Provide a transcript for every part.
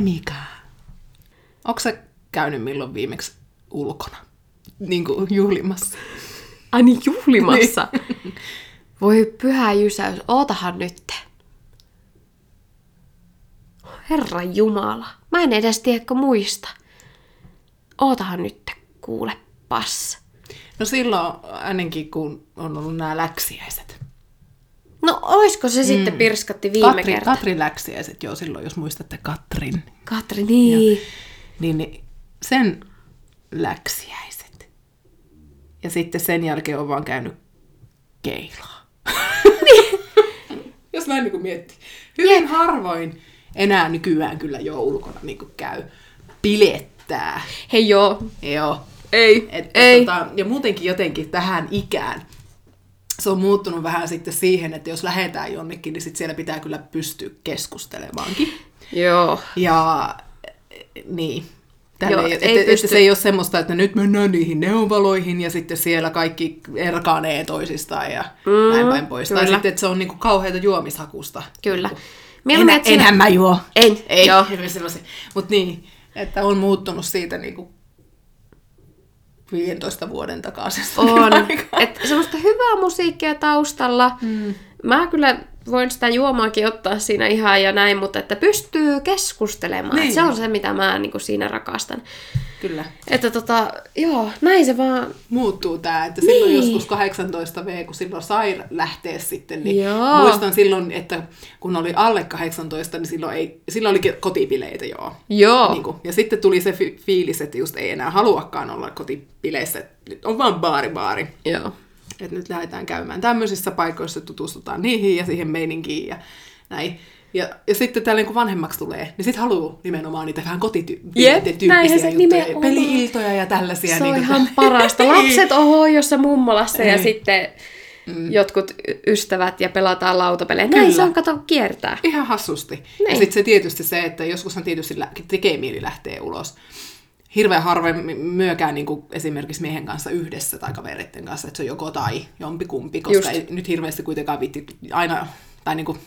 mikään. Onko sä käynyt milloin viimeksi ulkona? Niin kuin juhlimassa. Ai niin, juhlimassa. Niin. Voi pyhä jysäys, ootahan nyt. Herra Jumala, mä en edes tiedä muista. Ootahan nyt, kuule pass. No silloin ainakin, kun on ollut nämä läksiäiset. No oisko se mm. sitten pirskatti viime Katri, kerta? Katrin läksiäiset, joo silloin, jos muistatte Katrin. Katri, niin. Niin, niin sen läksiäiset. Ja sitten sen jälkeen on vaan käynyt keilaa. Niin. jos näin niin miettii. Hyvin harvoin enää nykyään kyllä jo ulkona niin käy pilettää. Hei joo. Joo. Ei, Et, ei. Et, tota, ja muutenkin jotenkin tähän ikään se on muuttunut vähän sitten siihen, että jos lähdetään jonnekin, niin sit siellä pitää kyllä pystyä keskustelemaankin. Joo. Ja eh, niin. Tällä Joo, ei, et, ei et, pysty. et, se ei ole semmoista, että nyt mennään niihin neuvaloihin ja sitten siellä kaikki erkanee toisistaan ja mm, näin päin pois. Tai kyllä. sitten, että se on niinku kauheita juomishakusta. Kyllä. Enä, Mieluummin, että sinä... enhän mä juo. En. Ei, Joo. Mutta niin, että on muuttunut siitä niinku 15 vuoden takaisesta. On. aikaan. Et semmoista hyvää musiikkia taustalla. Mm. Mä kyllä voin sitä juomaakin ottaa siinä ihan ja näin, mutta että pystyy keskustelemaan. Niin. Niin. Se on se, mitä mä niinku siinä rakastan. Kyllä. Että tota, joo, näin se vaan Muuttuu tämä, että silloin Niin. niin. joskus 18 V, kun silloin sai lähteä sitten, niin Joo. muistan silloin, että kun oli alle 18, niin silloin, ei, silloin oli kotipileitä joo. Joo. Niin kuin. Ja sitten tuli se fi- fiilis, että just ei enää haluakaan olla kotipileissä, että nyt on vaan baari baari. Joo. että nyt lähdetään käymään tämmöisissä paikoissa, tutustutaan niihin ja siihen meininkiin ja näin. Ja, ja sitten tälleen kun vanhemmaksi tulee, niin sitten haluaa nimenomaan niitä vähän Jep, näinhän se kotityyppisiä juttuja, nimenomaan. peli-iltoja ja tällaisia. Se on niinku- ihan parasta. Niin. Lapset on hoidossa mummolassa ja Niin. Mm. sitten jotkut y- ystävät ja pelataan lautapelejä. Näin Kyllä. se on, kato, kiertää. Ihan hassusti. Ja Niin. sitten se tietysti se, että joskushan tietysti lä- tekee mieli lähtee ulos. Hirveän harvoin myökään niin kuin esimerkiksi miehen kanssa yhdessä tai kavereiden kanssa, että se on joko tai jompikumpi, Just. koska ei, nyt hirveästi kuitenkaan viitti aina, tai niin kuin,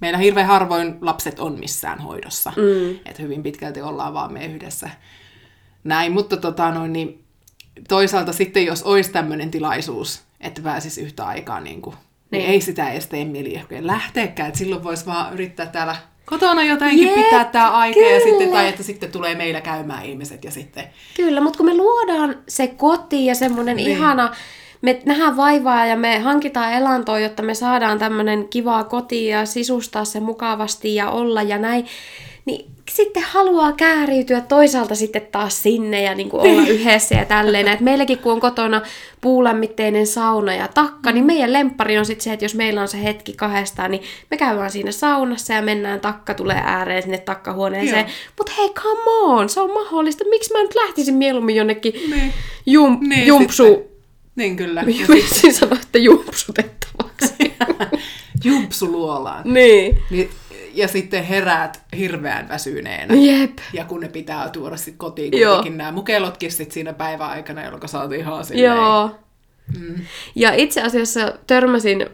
meillä hirveän harvoin lapset on missään hoidossa. Mm. Että hyvin pitkälti ollaan vaan me yhdessä. Näin, mutta tota noin, niin toisaalta sitten jos olisi tämmöinen tilaisuus, että pääsisi yhtä aikaa, niin, kuin, niin. Niin. ei sitä edes tee mieli oikein lähteäkään. Et silloin voisi vaan yrittää täällä kotona jotenkin Jep, Jep, pitää tämä aika ja sitten, kyllä. tai että sitten tulee meillä käymään ihmiset ja sitten Kyllä, mutta kun me luodaan se koti ja semmoinen niin. Niin. ihana, me nähdään vaivaa ja me hankitaan elantoa, jotta me saadaan tämmöinen kivaa koti ja sisustaa se mukavasti ja olla ja näin, niin sitten haluaa kääriytyä toisaalta sitten taas sinne ja niin kuin olla yhdessä ja tälleen. Et meilläkin kun on kotona puulämmitteinen sauna ja takka, niin meidän lemppari on sitten se, että jos meillä on se hetki kahdestaan, niin me käydään siinä saunassa ja mennään takka tulee ääreen sinne takkahuoneeseen. Joo. Mutta hei, come on, se on mahdollista. Miksi mä nyt lähtisin mieluummin jonnekin Niin. jum, Niin, jumpsu... niin kyllä. Miksi sanoitte jumpsutettavaksi? Jumpsuluolaan. niin. Niin, ja sitten heräät hirveän väsyneenä. Niin. Jep. Ja kun ne pitää tuoda sitten kotiin Joo. kuitenkin nämä mukelotkin sit siinä päivän aikana, jolloin saat ihan silleen. Joo. Mm. Ja itse asiassa törmäsin,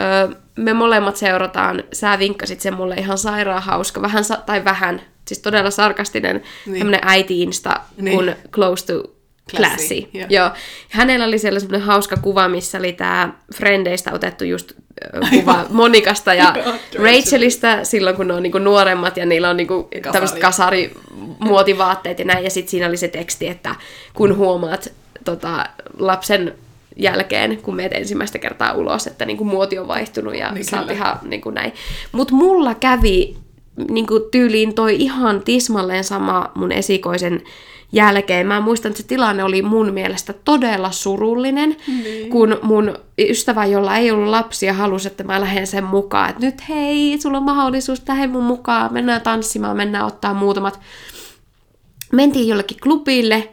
öö, me molemmat seurataan, sä vinkkasit sen mulle ihan sairaan hauska, vähän, sa- tai vähän, siis todella sarkastinen niin. Niin. tämmönen äiti-insta niin. Niin. kun Close to Classy, Classy. joo. Joo. Hänellä oli siellä semmoinen hauska kuva, missä oli tämä Frendeistä otettu just ö, kuva Monikasta ja Joo, Rachelista silloin, kun ne on niinku nuoremmat ja niillä on niinku Kasari. tämmöiset kasarimuotivaatteet ja näin. Ja sitten siinä oli se teksti, että kun huomaat tota, lapsen jälkeen, kun meet ensimmäistä kertaa ulos, että niinku muoti on vaihtunut ja niin Niin sä oot kyllä. ihan niinku näin. Mutta mulla kävi niinku tyyliin toi ihan tismalleen sama mun esikoisen jälkeen. Mä muistan, että se tilanne oli mun mielestä todella surullinen, niin. kun mun ystävä, jolla ei ollut lapsia, halusi, että mä lähden sen mukaan. Että nyt hei, sulla on mahdollisuus, lähde mun mukaan, mennään tanssimaan, mennään ottaa muutamat mentiin jollekin klubille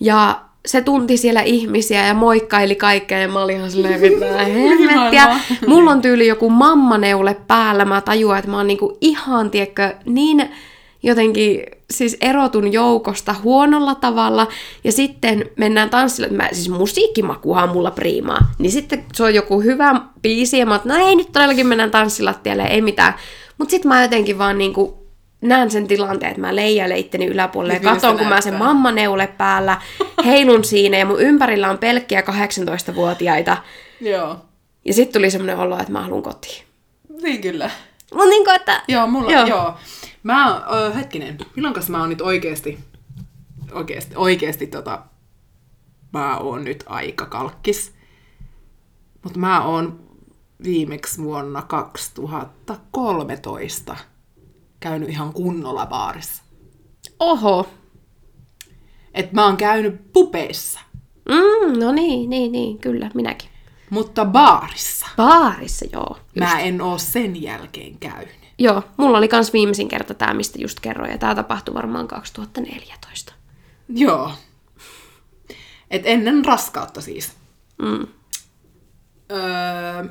ja se tunti siellä ihmisiä ja moikkaili kaikkea ja mä olin ihan silleen mitään hemmettiä. Ihanaa. Mulla on tyyli joku mammaneule päällä, mä tajuan, että mä oon niinku ihan, tiedätkö, niin jotenkin siis erotun joukosta huonolla tavalla ja sitten mennään tanssille, mä, siis musiikkimakuhan mulla priimaa, niin sitten se on joku hyvä biisi ja mä oon, että no ei nyt todellakin mennään tanssilattialle, ei mitään. Mutta sitten mä jotenkin vaan niinku näen sen tilanteen, että mä leijäilen itteni yläpuolelle ja Nyt miltä katon, kun mä sen näyttää? mammaneule päällä, heilun siinä ja mun ympärillä on pelkkiä 18-vuotiaita. Joo. Ja sitten tuli semmoinen olo, että mä haluan kotiin. Niin kyllä. Mut niinku, että... Joo, mulla, Joo. joo. joo. Mä, ö, hetkinen, milloinkas mä oon nyt oikeesti, oikeesti, oikeesti tota, mä oon nyt aika kalkkis. Mut mä oon viimeksi vuonna 2013 käynyt ihan kunnolla baarissa. Oho. Et mä oon käynyt pupeissa, Mm, no niin, niin, niin, kyllä, minäkin. mutta baarissa. Baarissa, joo. Mä en oo sen jälkeen käynyt. Joo, mulla oli kans viimeisin kerta tämä, mistä just kerroin, ja tämä tapahtui varmaan 2014. Joo. Et ennen raskautta siis. Mm. Öö,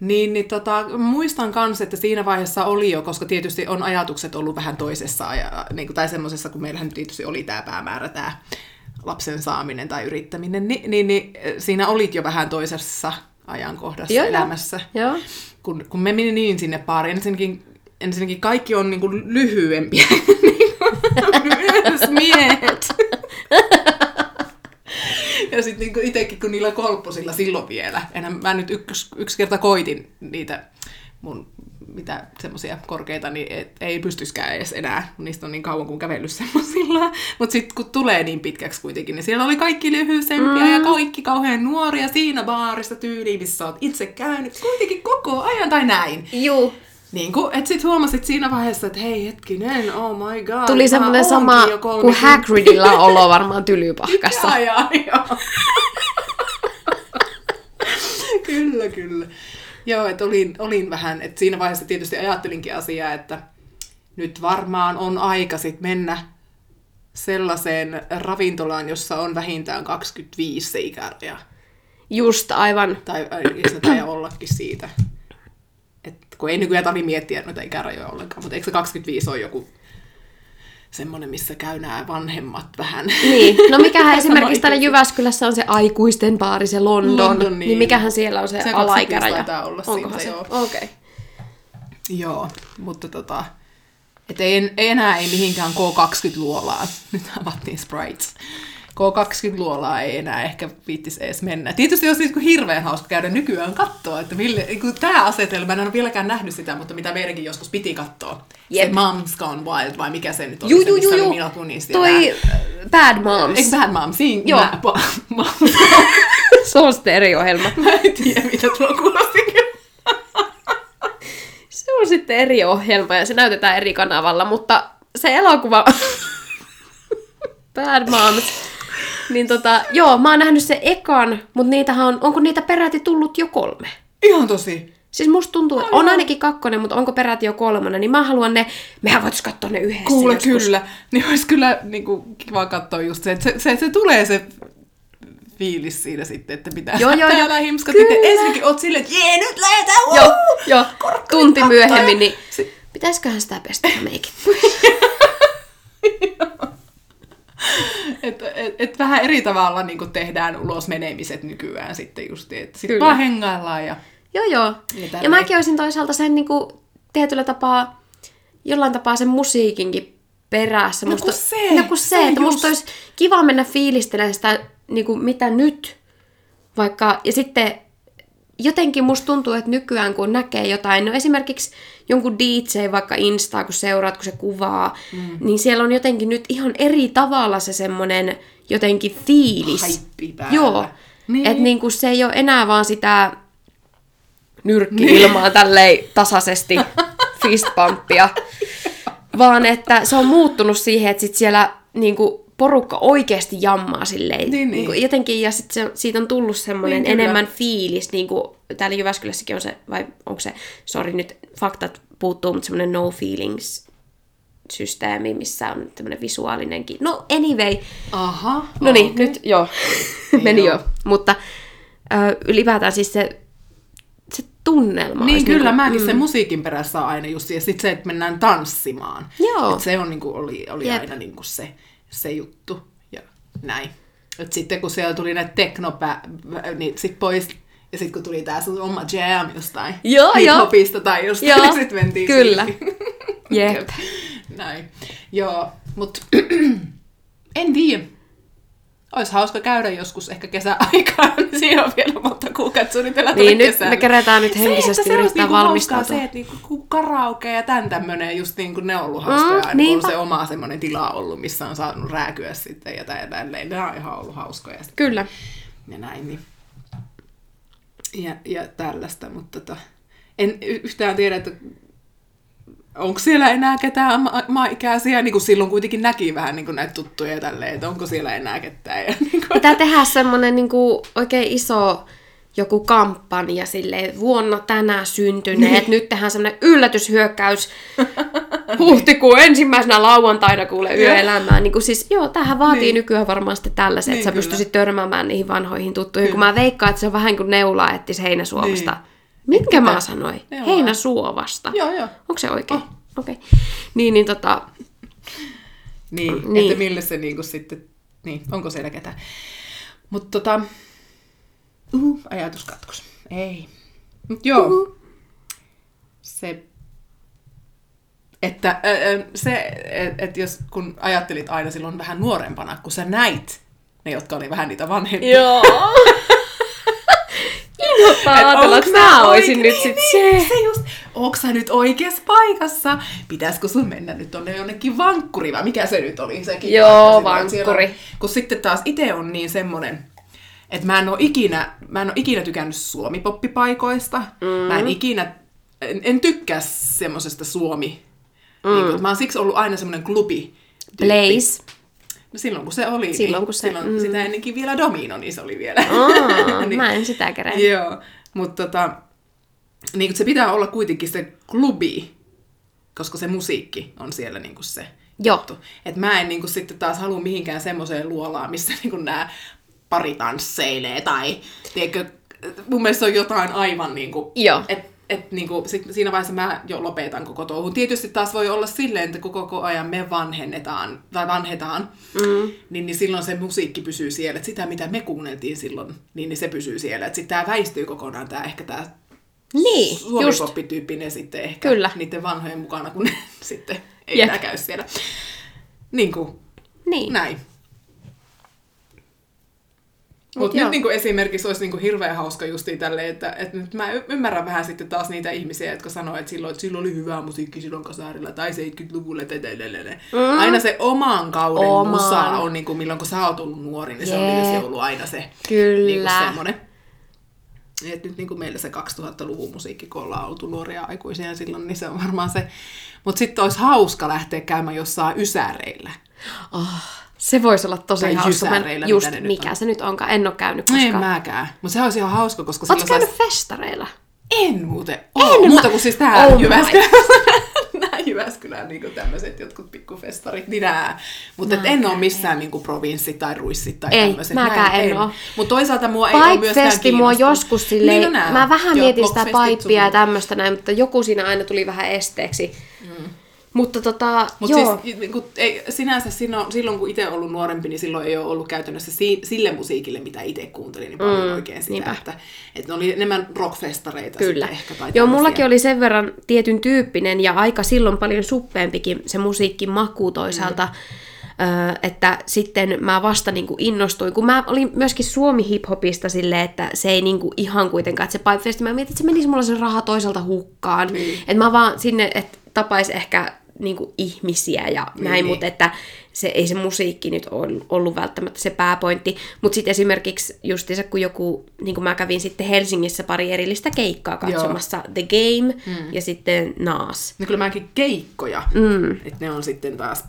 niin, niin tota, muistan kanssa, että siinä vaiheessa oli jo, koska tietysti on ajatukset ollut vähän toisessa, ja, niin kuin, tai semmoisessa, kun meillähän nyt tietysti oli tämä päämäärä, tämä lapsen saaminen tai yrittäminen, niin, niin, niin äh, siinä olit jo vähän toisessa ajankohdassa Joo, joo. elämässä. Joo. Kun, kun me meni niin sinne baariin, ensinnäkin, ensinnäkin kaikki on niin kuin lyhyempiä, niin kuin myös miehet. Ja sitten niinku itsekin, kun niillä kolppusilla silloin vielä. Enhän mä nyt yksi, yksi kerta koitin niitä mun mitä semmoisia korkeita, niin et, ei pystyskään edes enää, kun niistä on niin kauan kuin kävellyt semmoisilla. Mutta sitten kun tulee niin pitkäksi kuitenkin, niin siellä oli kaikki lyhyisempiä mm. ja kaikki kauhean nuoria siinä baarissa tyyliin, missä oot itse käynyt kuitenkin koko ajan tai näin. Juu. Niin kun, et sit huomasit siinä vaiheessa, että hei hetkinen, oh my god. Tuli mä semmoinen oonkin sama jo kuin 30. Hagridilla olo varmaan tylypahkassa. Jaa, jaa, joo. kyllä, kyllä. Joo, että olin, olin vähän, että siinä vaiheessa tietysti ajattelinkin asiaa, että nyt varmaan on aika sit mennä sellaiseen ravintolaan, jossa on vähintään 25 se ikäraja. Just aivan. Tai äh, se tai ollakin siitä. Et, kun ei nykyään tarvitse miettiä noita ikärajoja ollenkaan, mutta eikö se 25 ole joku semmoinen, missä käy nämä vanhemmat vähän. Niin, no mikähän esimerkiksi Sama täällä ikäisiä. Jyväskylässä on se aikuisten baari, se London, London, London niin. niin. niin mikähän siellä on se, Se se 25 alaikäraja? taitaa olla Onkohan siitä, se? joo. Okei. Okay. Joo, mutta tota, et ei, ei enää ei mihinkään K20-luolaan. Nyt avattiin Sprites. K20-luolaa ei enää ehkä viittisi edes mennä. Tietysti olisi niin hirveän hauska käydä nykyään katsoa, että mille, niin kuin tämä asetelma, en ole vieläkään nähnyt sitä, mutta mitä meidänkin joskus piti katsoa. Jep. Se Moms Gone Wild, vai mikä se nyt oli, Juu, se, juu, missä juu, oli juu. Mila Kunis ja Toi nää- äh, Bad Moms. Eikö Bad Moms? Siinä Joo. nää- pa- Moms se on sitten eri ohjelma. Mä en tiedä, mitä tuo kuulosti. Se on sitten eri ohjelma ja se näytetään eri kanavalla, mutta se elokuva... Bad Moms. Niin tota, joo, mä oon nähnyt sen ekan, mutta niitähän on, onko niitä peräti tullut jo kolme? Ihan tosi. Siis musta tuntuu, että on ainakin kakkonen, mutta onko peräti jo kolmonen, niin mä haluan ne, mehän voitais katsoa ne yhdessä Kuule joskus. kyllä, niin olisi kyllä niin kuin, kiva katsoa just se, että se, se, se tulee se fiilis siinä sitten, että pitää Joo, joo, täällä joo. himskat. Kyllä. Miten ensinnäkin oot silleen, että jee, nyt lähetään, wuu! Joo, joo. Korkkarit tunti kattoon myöhemmin, ja- niin Si- pitäisiköhän sitä pestä meikit? Et, et, et vähän eri tavalla niin kuin tehdään ulos menemiset nykyään sitten just, että sit Kyllä. vaan hengaillaan ja... Joo, joo. Eli Ja tälleen. mäkin olisin toisaalta sen niinku, tietyllä tapaa, jollain tapaa sen musiikinkin perässä. No kun se, no kun se, se että just. musta olisi kiva mennä fiilistelemään sitä, niinku, mitä nyt, vaikka, ja sitten jotenkin musta tuntuu, että nykyään kun näkee jotain, no esimerkiksi jonkun DJ vaikka Instaa, kun seuraat, kun se kuvaa, mm. niin siellä on jotenkin nyt ihan eri tavalla se semmoinen jotenkin fiilis. Haippi päällä. Joo. Niin. Niin. Että niinku se ei ole enää vaan sitä Niin. nyrkki-ilmaa tälleen tasaisesti fistpamppia, vaan että se on muuttunut siihen, että sit siellä niinku porukka oikeasti jammaa silleen. Niin, Niinku niin. jotenkin, ja sit se, siitä on tullut semmoinen Niin, niin, kyllä. enemmän fiilis, niin kuin täällä Jyväskylässäkin on se, vai onko se, sori nyt faktat puuttuu, mutta semmoinen no feelings systeemi, missä on tämmöinen visuaalinenkin. No anyway, Aha. No niin, nyt joo. Meni Joo. jo. Mutta ö, ylipäätään siis se, se tunnelma. Niin olisi kyllä, niinku- mäkin sen musiikin perässä on aina just, ja sitten se, että mennään tanssimaan. Joo. Et se on, niin kuin, oli, oli Jep. aina niin kuin se, se juttu ja näin. Et sitten kun siellä tuli näitä teknopä, niin sit pois Ja sitten kun tuli tää sun oma jam jostain Joo, joo. hip-hopista tai jostain, Joo, niin sitten mentiin kyllä. siihen. Jep. Näin. Joo, mut en tiedä. Olisi hauska käydä joskus ehkä kesäaikaan, niin siinä on vielä monta kuukautta suunnitella Niin, tuonne nyt kesälle. me kerätään nyt Se, että henkisesti se olisi yrittää niinku hauskaa, valmistautua. Se, että niinku, ku- karaoke ja tämän tämmöinen, just niin kuin ne on ollut hauskaa, Mm, mm, niin on niinpä. se oma semmoinen tila ollut, missä on saanut rääkyä sitten ja tää ja tälleen. Nämä on ihan ollut hauskoja sitten Kyllä. ja näin. Niin. Ja, ja tällaista, mutta tota, en y- yhtään tiedä, että onko siellä enää ketään ma- maikäisiä, niin kuin silloin kuitenkin näki vähän niin kuin näitä tuttuja ja tälleen, että onko siellä enää ketään. Ja niin kuin, Pitää tehdä semmoinen niin oikein iso joku kampanja sille vuonna tänä syntyneet. Niin. Nyt tehdään semmoinen yllätyshyökkäys huhtikuun ensimmäisenä lauantaina kuule yöelämään. Niin kuin siis, joo, tämähän vaatii Niin. niin. nykyään varmaan sitten tällaisen, Niin, että sä kyllä. pystyisit törmäämään niihin vanhoihin tuttuihin. Kun mä veikkaan, että se on vähän kuin neula ettis heinäsuovasta. Niin. Niin. Minkä Mitä? mä sanoin? Neulaa. Heinäsuovasta. joo, Oh. joo. Onko se oikein? Okei. Okay. Niin, niin tota, Niin, niin. Niin. että millä se niin kuin sitten, niin, onko siellä ketään. Mutta tota, uh, ajatus katkos. Ei. Mut joo. Uhu. Se, että ö, ö, se, että et jos kun ajattelit aina silloin vähän nuorempana, kun sä näit ne, jotka oli vähän niitä vanhempia. Joo. Inhoittaa Et ajatella, onks että nää mä oike- oisin nyt sit niin, se. se. se just, onko sä nyt oikeassa paikassa? Pitäisikö sun mennä nyt tonne jonnekin vankkuri vai mikä se nyt oli sekin? Joo, paikka silloin, että siellä vankkuri. on- Kun sitten taas itse on niin semmonen, että mä en oo ikinä, mä en oo ikinä tykännyt suomipoppipaikoista. Mm. Mä en ikinä, en, en tykkää semmosesta suomi. Mm. Niin, kun- mä oon siksi ollut aina semmonen klubi. Blaze. No silloin kun se oli, Silloin, niin, kun se- silloin mm. sitä ennenkin vielä domino, niin se oli vielä. Niin. Aa, mä en sitä kerää. Joo, mutta tota, niin kun se pitää olla kuitenkin se klubi, koska se musiikki on siellä niin kuin se Joo. juttu. Et mä en niin kuin sitten taas halua mihinkään semmoiseen luolaan, missä niin kuin nämä pari tansseilee tai tiedätkö, mun mielestä se on jotain aivan niin kuin, Joo. et, et niinku, sit, siinä vaiheessa mä jo lopetan koko touhun. Tietysti taas voi olla silleen, että kun koko ajan me vanhennetaan tai vanhetaan, mm. niin, niin silloin se musiikki pysyy siellä. Et sitä, mitä me kuunneltiin silloin, niin, niin se pysyy siellä. Sitten tämä väistyy kokonaan, tää, ehkä tämä Niin, just. suomipoppityyppinen sitten ehkä Kyllä. niiden vanhojen mukana, kun ne sitten ei Jep. enää käy siellä. Niin kuin, Niin. näin. Mut Mutta nyt joo. niinku esimerkiksi olisi niinku hirveän hauska justiin tälleen, että, että nyt mä y- ymmärrän vähän sitten taas niitä ihmisiä, jotka sanoo, että silloin, että silloin oli hyvää musiikki silloin kasarilla tai 70-luvulla. tai tai- tai- tai- tai. Aina se oman kauden Mm. Oman. musa on, niinku, milloin kun sä oot ollut nuori, niin se on Jep. niinku se ollut aina se Kyllä. niinku semmoinen. Et nyt niinku meillä se 2000-luvun musiikki, kun ollaan oltu nuoria aikuisia silloin, niin se on varmaan se. Mutta sitten olisi hauska lähteä käymään jossain ysäreillä. Se voisi olla tosi Tai hauska. Mä en- jysäreillä, Just mitä ne nyt mikä on. se nyt onkaan. En ole käynyt No en koskaan. mäkään. Mutta se olisi ihan hauska, koska Oletko silloin käynyt sais- festareilla? En muuten oo. En Muuta mä- kuin siis tää Oh oh my. Jyväskylän. Nää Jyväskylän niinku tämmöiset jotkut pikkufestarit, niin nää. Mutta et en oo missään niinku provinssi tai ruissi tai Ei, tämmöiset. mäkään en oo. Mutta toisaalta mua ei oo myöskään Pipe-festi mua kiinnostanut. joskus silleen, no nää. mä vähän Joo, mietin sitä blockfestit sun paippia ja muut. tämmöistä näin, mutta joku siinä aina tuli vähän esteeksi. Mutta tota, Mutta joo. Mm. siis niin kun, ei, sinänsä silloin, silloin, kun itse ollut nuorempi, niin silloin ei ole ollut käytännössä si, sille musiikille, mitä itse kuuntelin, niin paljon mm, oikein sitä. niinpä. Että, että ne oli enemmän rockfestareita Kyllä. sitten ehkä. Tai Joo, tämmösiä. mullakin oli sen verran tietyn tyyppinen ja aika silloin paljon suppeempikin se musiikkin maku toisaalta. Mm. Ö, että sitten mä vasta niin kuin innostuin, kun mä olin myöskin suomi hiphopista silleen, että se ei niin kuin ihan kuitenkaan, että se pipefesti, mä mietin, että se menisi mulla se raha toisaalta hukkaan. Niin. Että mä vaan sinne, että tapais ehkä niin kuin ihmisiä ja näin, Niin. mutta että se, ei se musiikki nyt ollut, ollut välttämättä se pääpointti. Mutta sitten esimerkiksi justiinsa, kun joku, niin kuin mä kävin sitten Helsingissä pari erillistä keikkaa katsomassa The Game mm. ja sitten Naas. No kyllä mäkin keikkoja, mm. että ne on sitten taas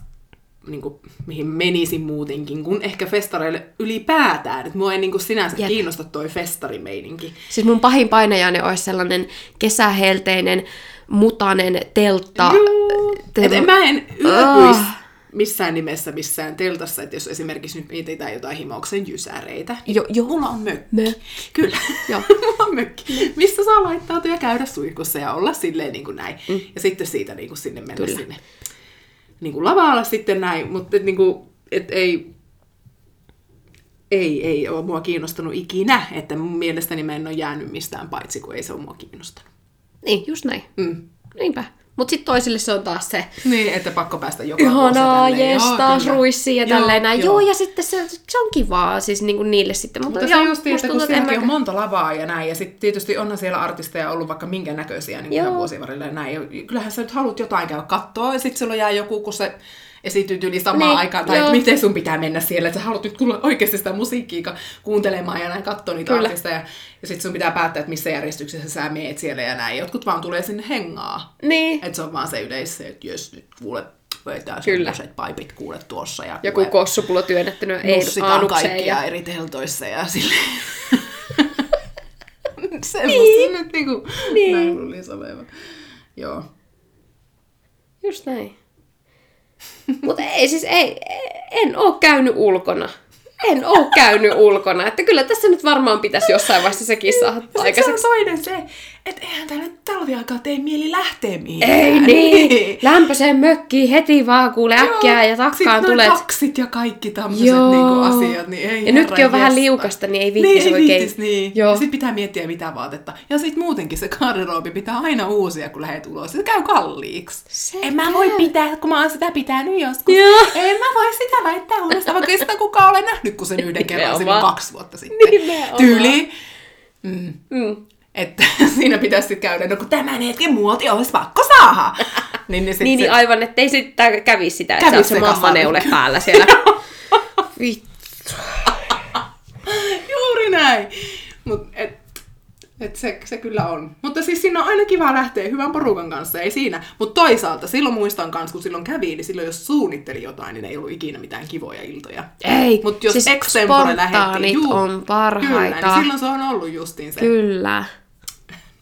niin kuin, mihin menisin muutenkin, kun ehkä festareille ylipäätään. Että mua ei niin kuin sinänsä Jep. kiinnosta toi festarimeininki. Siis mun pahin painajainen olisi sellainen kesähelteinen, mutanen teltta. Juu. te- Et en- mä en Ah. yöpyisi missään nimessä missään teltassa, että jos esimerkiksi nyt mietitään jotain himouksen jysäreitä. niin Jo, jo. Mulla on mökki. Mö. Kyllä. Joo. Mulla on mökki. Missä saa laittautua ja käydä suihkussa ja olla silleen niin kuin näin. Mm. Ja sitten siitä niin kuin sinne mennä Kyllä. Kyllä. sinne niin kuin lavaalla sitten näin, mutta et, niin kuin, et ei ei, ei ole mua kiinnostanut ikinä, että mun mielestäni mä en ole jäänyt mistään paitsi, kun ei se ole mua kiinnostanut. Niin, just näin. Mm. Niinpä. Mutta sitten toisille se on taas se Niin, että pakko päästä joka vuosi ihanaa, tälleen. jes, Joo, taas kyllä. ruissiin ja Joo, tälleen näin. joo. Joo, ja sitten se, se on kivaa siis niinku niille sitten. Mutta, Mutta se joo, just, musta että kun tuntuu, en sielläkin on mä- monta lavaa ja näin, ja sitten tietysti onhan siellä artisteja ollut vaikka minkä näköisiä niin ihan Joo. vuosien varrella ja näin. Ja kyllähän sä nyt haluat jotain käydä kattoa, ja sitten sulla jää joku, kun se esityt yli samaan Niin, aikaan, tai joo. että miten sun pitää mennä siellä, että sä haluat nyt kuulla oikeasti sitä musiikkia ka- kuuntelemaan ja näin katsoa niitä Kyllä. artisteja, ja sitten sun pitää päättää, että missä järjestyksessä sä meet siellä ja näin. Jotkut vaan tulee sinne hengaa, Niin. että se on vaan se yleis, että jos nyt kuule, vetää Kyllä. semmoiset paipit kuule tuossa ja Joku kuule- kossupulo työnnetty ei nussitaan aanukseen. kaikkia Ja... ja... eri teltoissa ja silleen. Semmosta nyt niinku Niin. näin luulisi olevan. Joo. Just näin. Mutta ei siis, ei, ei- en oo käynyt ulkona. En oo käynyt ulkona. Että kyllä tässä nyt varmaan pitäisi jossain vaiheessa sekin saada Ja Niin. sit se on aikaiseksi. toinen se, että eihän täällä nyt talviaikaa tee mieli lähteä mihinkään. Ei niin. Lämpöiseen mökkiin heti vaan kuule äkkiä Joo. ja takkaan Sit noi tulet. taksit ja kaikki tämmöiset niinku asiat, niin ei ja nytkin on herran vähän jestas. liukasta, niin ei viittis Niin, ei oikein. viittis, niin. Joo. Joo. Sitten pitää miettiä mitä vaatetta. Ja sitten muutenkin se garderoobi pitää aina uusia, kun lähdet ulos. Se käy kalliiksi. Se en mä käy. voi pitää, kun mä oon sitä pitänyt joskus. Joo. En mä voi sitä laittaa uudestaan, vaikka ei sitä kukaan ole nähnyt, kun sen yhden kerran silloin Nimenomaan. kaksi vuotta sitten. Nimenomaan. Tyyli. Mm. Että siinä pitäisi sitten käydä, no kun tämän hetken muoti olisi pakko saada. niin, niin, sit Niin, se- niin aivan, ettei sitten kävi sitä, että Kävi sä oot se se mammaneule kasaan. päällä siellä. Vittu. Juuri näin. Mut et, et se, se, kyllä on. Mutta siis siinä on aina kiva lähteä hyvän porukan kanssa, ei siinä. Mutta toisaalta silloin muistan kanssa, kun silloin kävi, niin silloin jos suunnitteli jotain, niin ei ollut ikinä mitään kivoja iltoja. Ei, Mut jos siis extempore lähettiin, spontaanit juu, on parhaita. Kyllä, niin silloin se on ollut justiin se. Kyllä.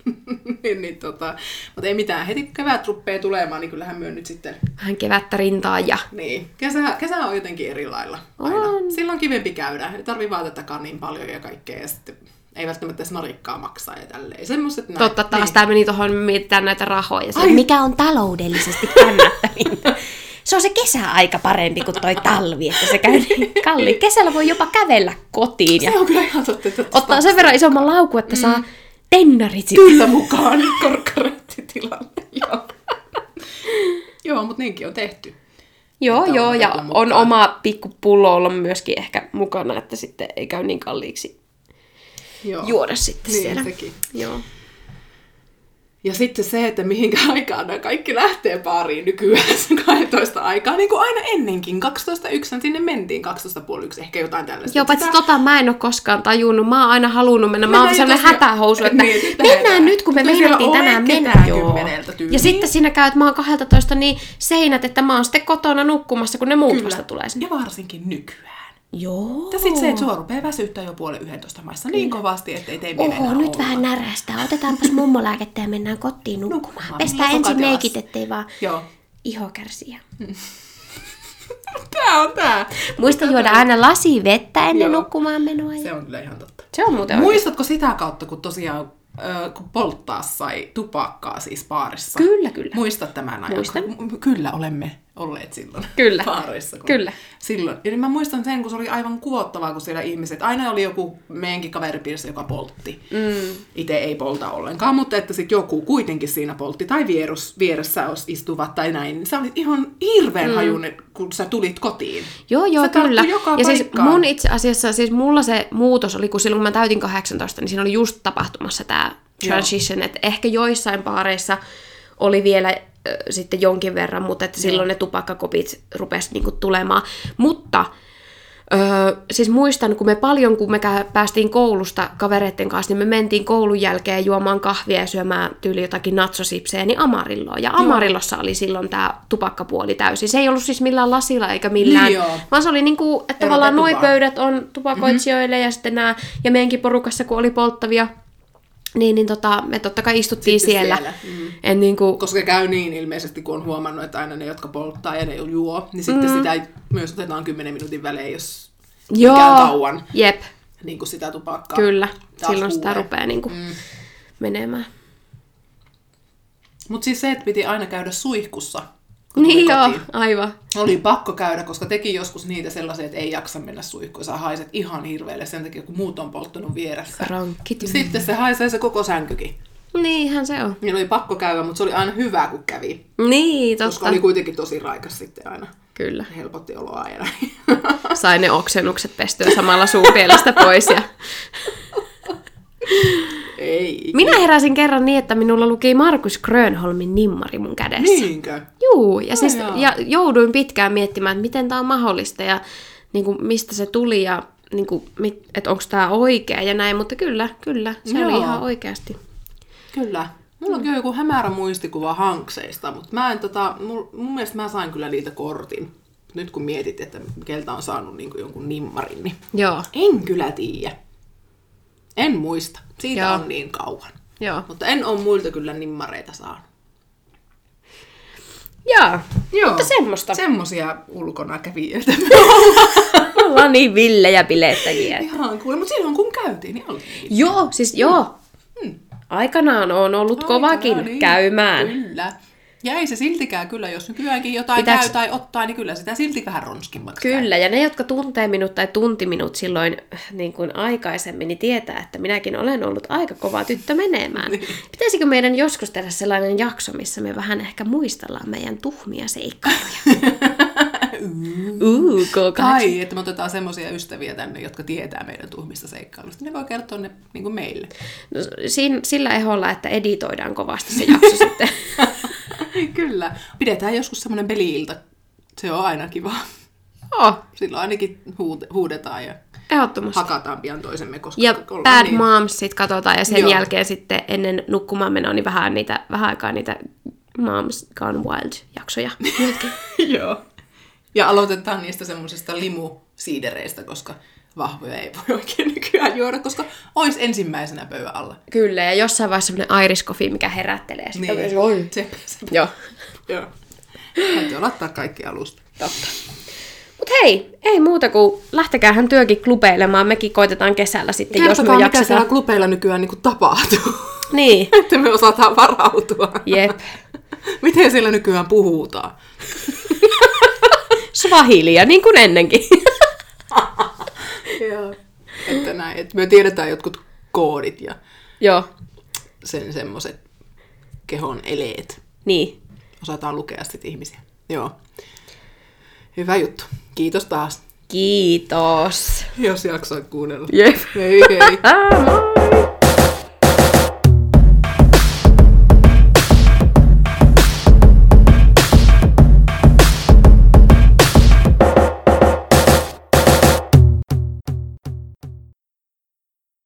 niin, niin, tota, mutta ei mitään, heti kun kevät rupeaa tulemaan, niin kyllähän myön nyt sitten. Vähän kevättä rintaa ja... Niin, kesä, kesä on jotenkin eri lailla aina. On. Silloin kivempi käydä, ei tarvi vaatetakaan niin paljon ja kaikkea ja sitten ei välttämättä edes marikkaa maksaa ja tälleen. Semmoset näin. Totta, taas niin. tämä meni tuohon, mietitään näitä rahoja. Se, Ai. mikä on taloudellisesti kannattavinta? Se on se kesäaika parempi kuin toi talvi, että se käy niin kalli. Kesällä voi jopa kävellä kotiin ja Se on kyllä ihan totta, että ottaa sen verran isomman laukun, että saa tennarit sit. kyllä mukaan korkkarettitilanne. Joo. Joo, mutta niinkin on tehty. Joo, Että on joo, ja otettu on mukaan. oma pikku pullo olla myöskin ehkä mukana, että sitten ei käy niin kalliiksi Joo. juoda sitten niin, siellä. Sekin. Joo. Ja sitten se, että mihinkä aikaan nämä kaikki lähtee baariin nykyään sen 12 aikaa, niin kuin aina ennenkin, 12.1 sinne mentiin, 12.5 ehkä jotain tällaista. Joo, paitsi tota mä en ole koskaan tajunnut. Mä oon aina halunnut mennä. Mä oon Mennään sellainen just- hätähousu, että niin, nyt mennään lähdetään. nyt, kun me Mutta ei siellä meinattiin ole tänään mennä. ketään Joo. kymmeneltä tyyliin. Ja sitten siinä käy, että mä oon 12 niin seinät, että mä oon sitten kotona nukkumassa, kun ne muut Kyllä. vasta tulee sinne. Ja varsinkin nykyään. Joo. Ja sitten se, että sua rupeaa väsyttää jo puolen 11 maissa niin kovasti, että ei tee mieli Oho, enää nyt olla. vähän närästää. Otetaanpas mummolääkettä ja mennään kotiin nukkumaan. Nukkumaan. Pestään ensin Sokatilassa. meikit, ettei vaan Joo. iho kärsiä. Tää on tää. Muista juoda aina lasi vettä ennen Joo. nukkumaan menoa. Se on kyllä ihan totta. Se on muuten oikein. Muistatko sitä kautta, kun tosiaan ö, kun polttaa sai tupakkaa siis baarissa? Kyllä, kyllä. Muistat tämän ajan? Muistan. M- Kyllä olemme olleet silloin Kyllä. baarissa. Kun Kyllä. Silloin. Ja niin mä muistan sen, kun se oli aivan kuvottavaa, kun siellä ihmiset, aina oli joku meidänkin kaveripiirissä, joka poltti. Mm. Itse ei polta ollenkaan, mutta että sitten joku kuitenkin siinä poltti, tai vierus, vieressä os- istuvat tai näin. niin Sä olit ihan hirveän mm. hajunen, kun sä tulit kotiin. Joo, joo, Se tarttui kyllä. joka ja siis paikkaan. mun itse asiassa, siis mulla se muutos oli, kun silloin kun mä täytin 18, niin siinä oli just tapahtumassa tämä Joo. transition, että ehkä joissain paareissa oli vielä äh, sitten jonkin verran, mutta että silloin ne tupakkakopit rupesi niinku tulemaan. Mutta Öö, siis muistan, kun me paljon, kun me kä- päästiin koulusta kavereiden kanssa, niin me mentiin koulun jälkeen juomaan kahvia ja syömään tyyli jotakin natsosipsejä, niin Amarilloon. Ja Amarillossa oli silloin tämä tupakkapuoli täysin. Se ei ollut siis millään lasilla eikä millään, Niin joo. vaan se oli niinku, että tavallaan noi Erotettu vaan. pöydät on tupakoitsijoille Mhm. mm-hmm. ja sitten nämä, ja meidänkin porukassa, kun oli polttavia, niin, niin tota, me totta kai istuttiin Sitten siellä. siellä, Mhm. Mm-hmm. En niinku, koska käy niin ilmeisesti, kun on huomannut, että aina ne, jotka polttaa ja ne juo, niin sitten mm. sitä myös otetaan 10 minuutin välein, jos joo, käy tauon. jep, niin kuin sitä tupakkaa. kyllä. Taas Silloin sitä kuulee. rupeaa niinku mm. menemään. Mutta siis se, että piti aina käydä suihkussa kun tuli Niin joo, kotiin. aivan. Oli pakko käydä, koska teki joskus niitä sellaisia, että ei jaksa mennä suihkuun. Sä haiset ihan hirveelle sen takia, kun muut on polttanut vieressä. Rankki Sitten se haisee se koko sänkykin. Niinhän se on. Niin oli pakko käydä, mutta se oli aina hyvä, kun kävi. Niin, Koska totta. oli kuitenkin tosi raikas sitten aina. Kyllä. Helpotti oloa aina. Sai ne oksennukset pestyä samalla suupielestä pois. Ja... ei. Minä heräsin kerran niin, että minulla luki Markus Grönholmin nimmari mun kädessä. Niinkö? Juu, ja, siis, joo. ja jouduin pitkään miettimään, että miten tämä on mahdollista ja niin kuin, mistä se tuli ja niin kuin, että onko tämä oikea ja näin, mutta kyllä, kyllä, se Joo. oli ihan oikeasti. Kyllä. Mulla on kyllä joku hämärä muistikuva hankseista, mutta mä en tota, mul, mun mielestä mä sain kyllä niitä kortin. Nyt kun mietit, että keltä on saanut niin jonkun nimmarin, niin Joo, en kyllä tiedä. En muista. Siitä Joo. on niin kauan. joo. Mutta en ole muilta kyllä nimmareita saanut. Joo, Joo. mutta semmoista. Se... Semmoisia ulkona kävijöitä. Ollaan niin villejä bilettäjiä. Ihan kuule, mutta silloin kun käytiin, niin oli. joo, siis joo. Aikanaan on ollut kovakin Aikanaan, niin. käymään. Kyllä. Ja ei se siltikään kyllä, jos nykyäänkin jotain Pitääks- käy tai ottaa, niin kyllä sitä silti vähän ronskimmaksi käy. Kyllä, ja ne, jotka tuntee minut tai tunti minut silloin niin kuin aikaisemmin, niin tietää, että minäkin olen ollut aika kova tyttö menemään. Niin. Pitäisikö meidän joskus tehdä sellainen jakso, missä me vähän ehkä muistellaan meidän tuhmia seikkailuja? Uu, K8. Tai, että me otetaan semmoisia ystäviä tänne, jotka tietää meidän tuhmista seikkailusta. Ne voi kertoa ne niin kuin meille. No, siinä, sillä eholla, että editoidaan kovasti se jakso sitten. Kyllä. Pidetään joskus semmoinen peliilta. Se on aina kiva. Joo, Silloin ainakin huut- huudetaan ja ehdottomasti. hakataan pian toisemme, koska Ja ollaan Bad niin- Moms sit katsotaan ja sen Joo. Joo. jälkeen sitten ennen nukkumaan menoa, niin vähän, niitä, vähän aikaa niitä Moms Gone Wild-jaksoja. Joo. Ja aloitetaan niistä semmoisista limusiidereistä, koska vahvoja ei voi oikein nykyään juoda, koska ois ensimmäisenä pöydän alla. Kyllä, ja jossain vaiheessa semmoinen airiskofi, mikä herättelee sitä. Oi. Se, se, Joo, Niin. joo. Täytyy laittaa kaikki alusta. totta. Mutta hei, ei muuta kuin lähtekäähän työkin klubeilemaan. Mekin koitetaan kesällä sitten, Kertokaa, jos me mitä jaksetaan. siellä klubeilla nykyään niin tapahtuu. Niin, Että me osataan varautua. jep. Miten siellä nykyään puhutaan? Svahilia, niin kuin ennenkin. Joo. Että näin, että me tiedetään jotkut koodit ja Joo, sen semmoiset kehon eleet. niin. Osataan lukea sitten ihmisiä. Joo. Hyvä juttu. Kiitos taas, Kiitos. jos jaksoit kuunnella. Jep. Hei hei. Ah, moi.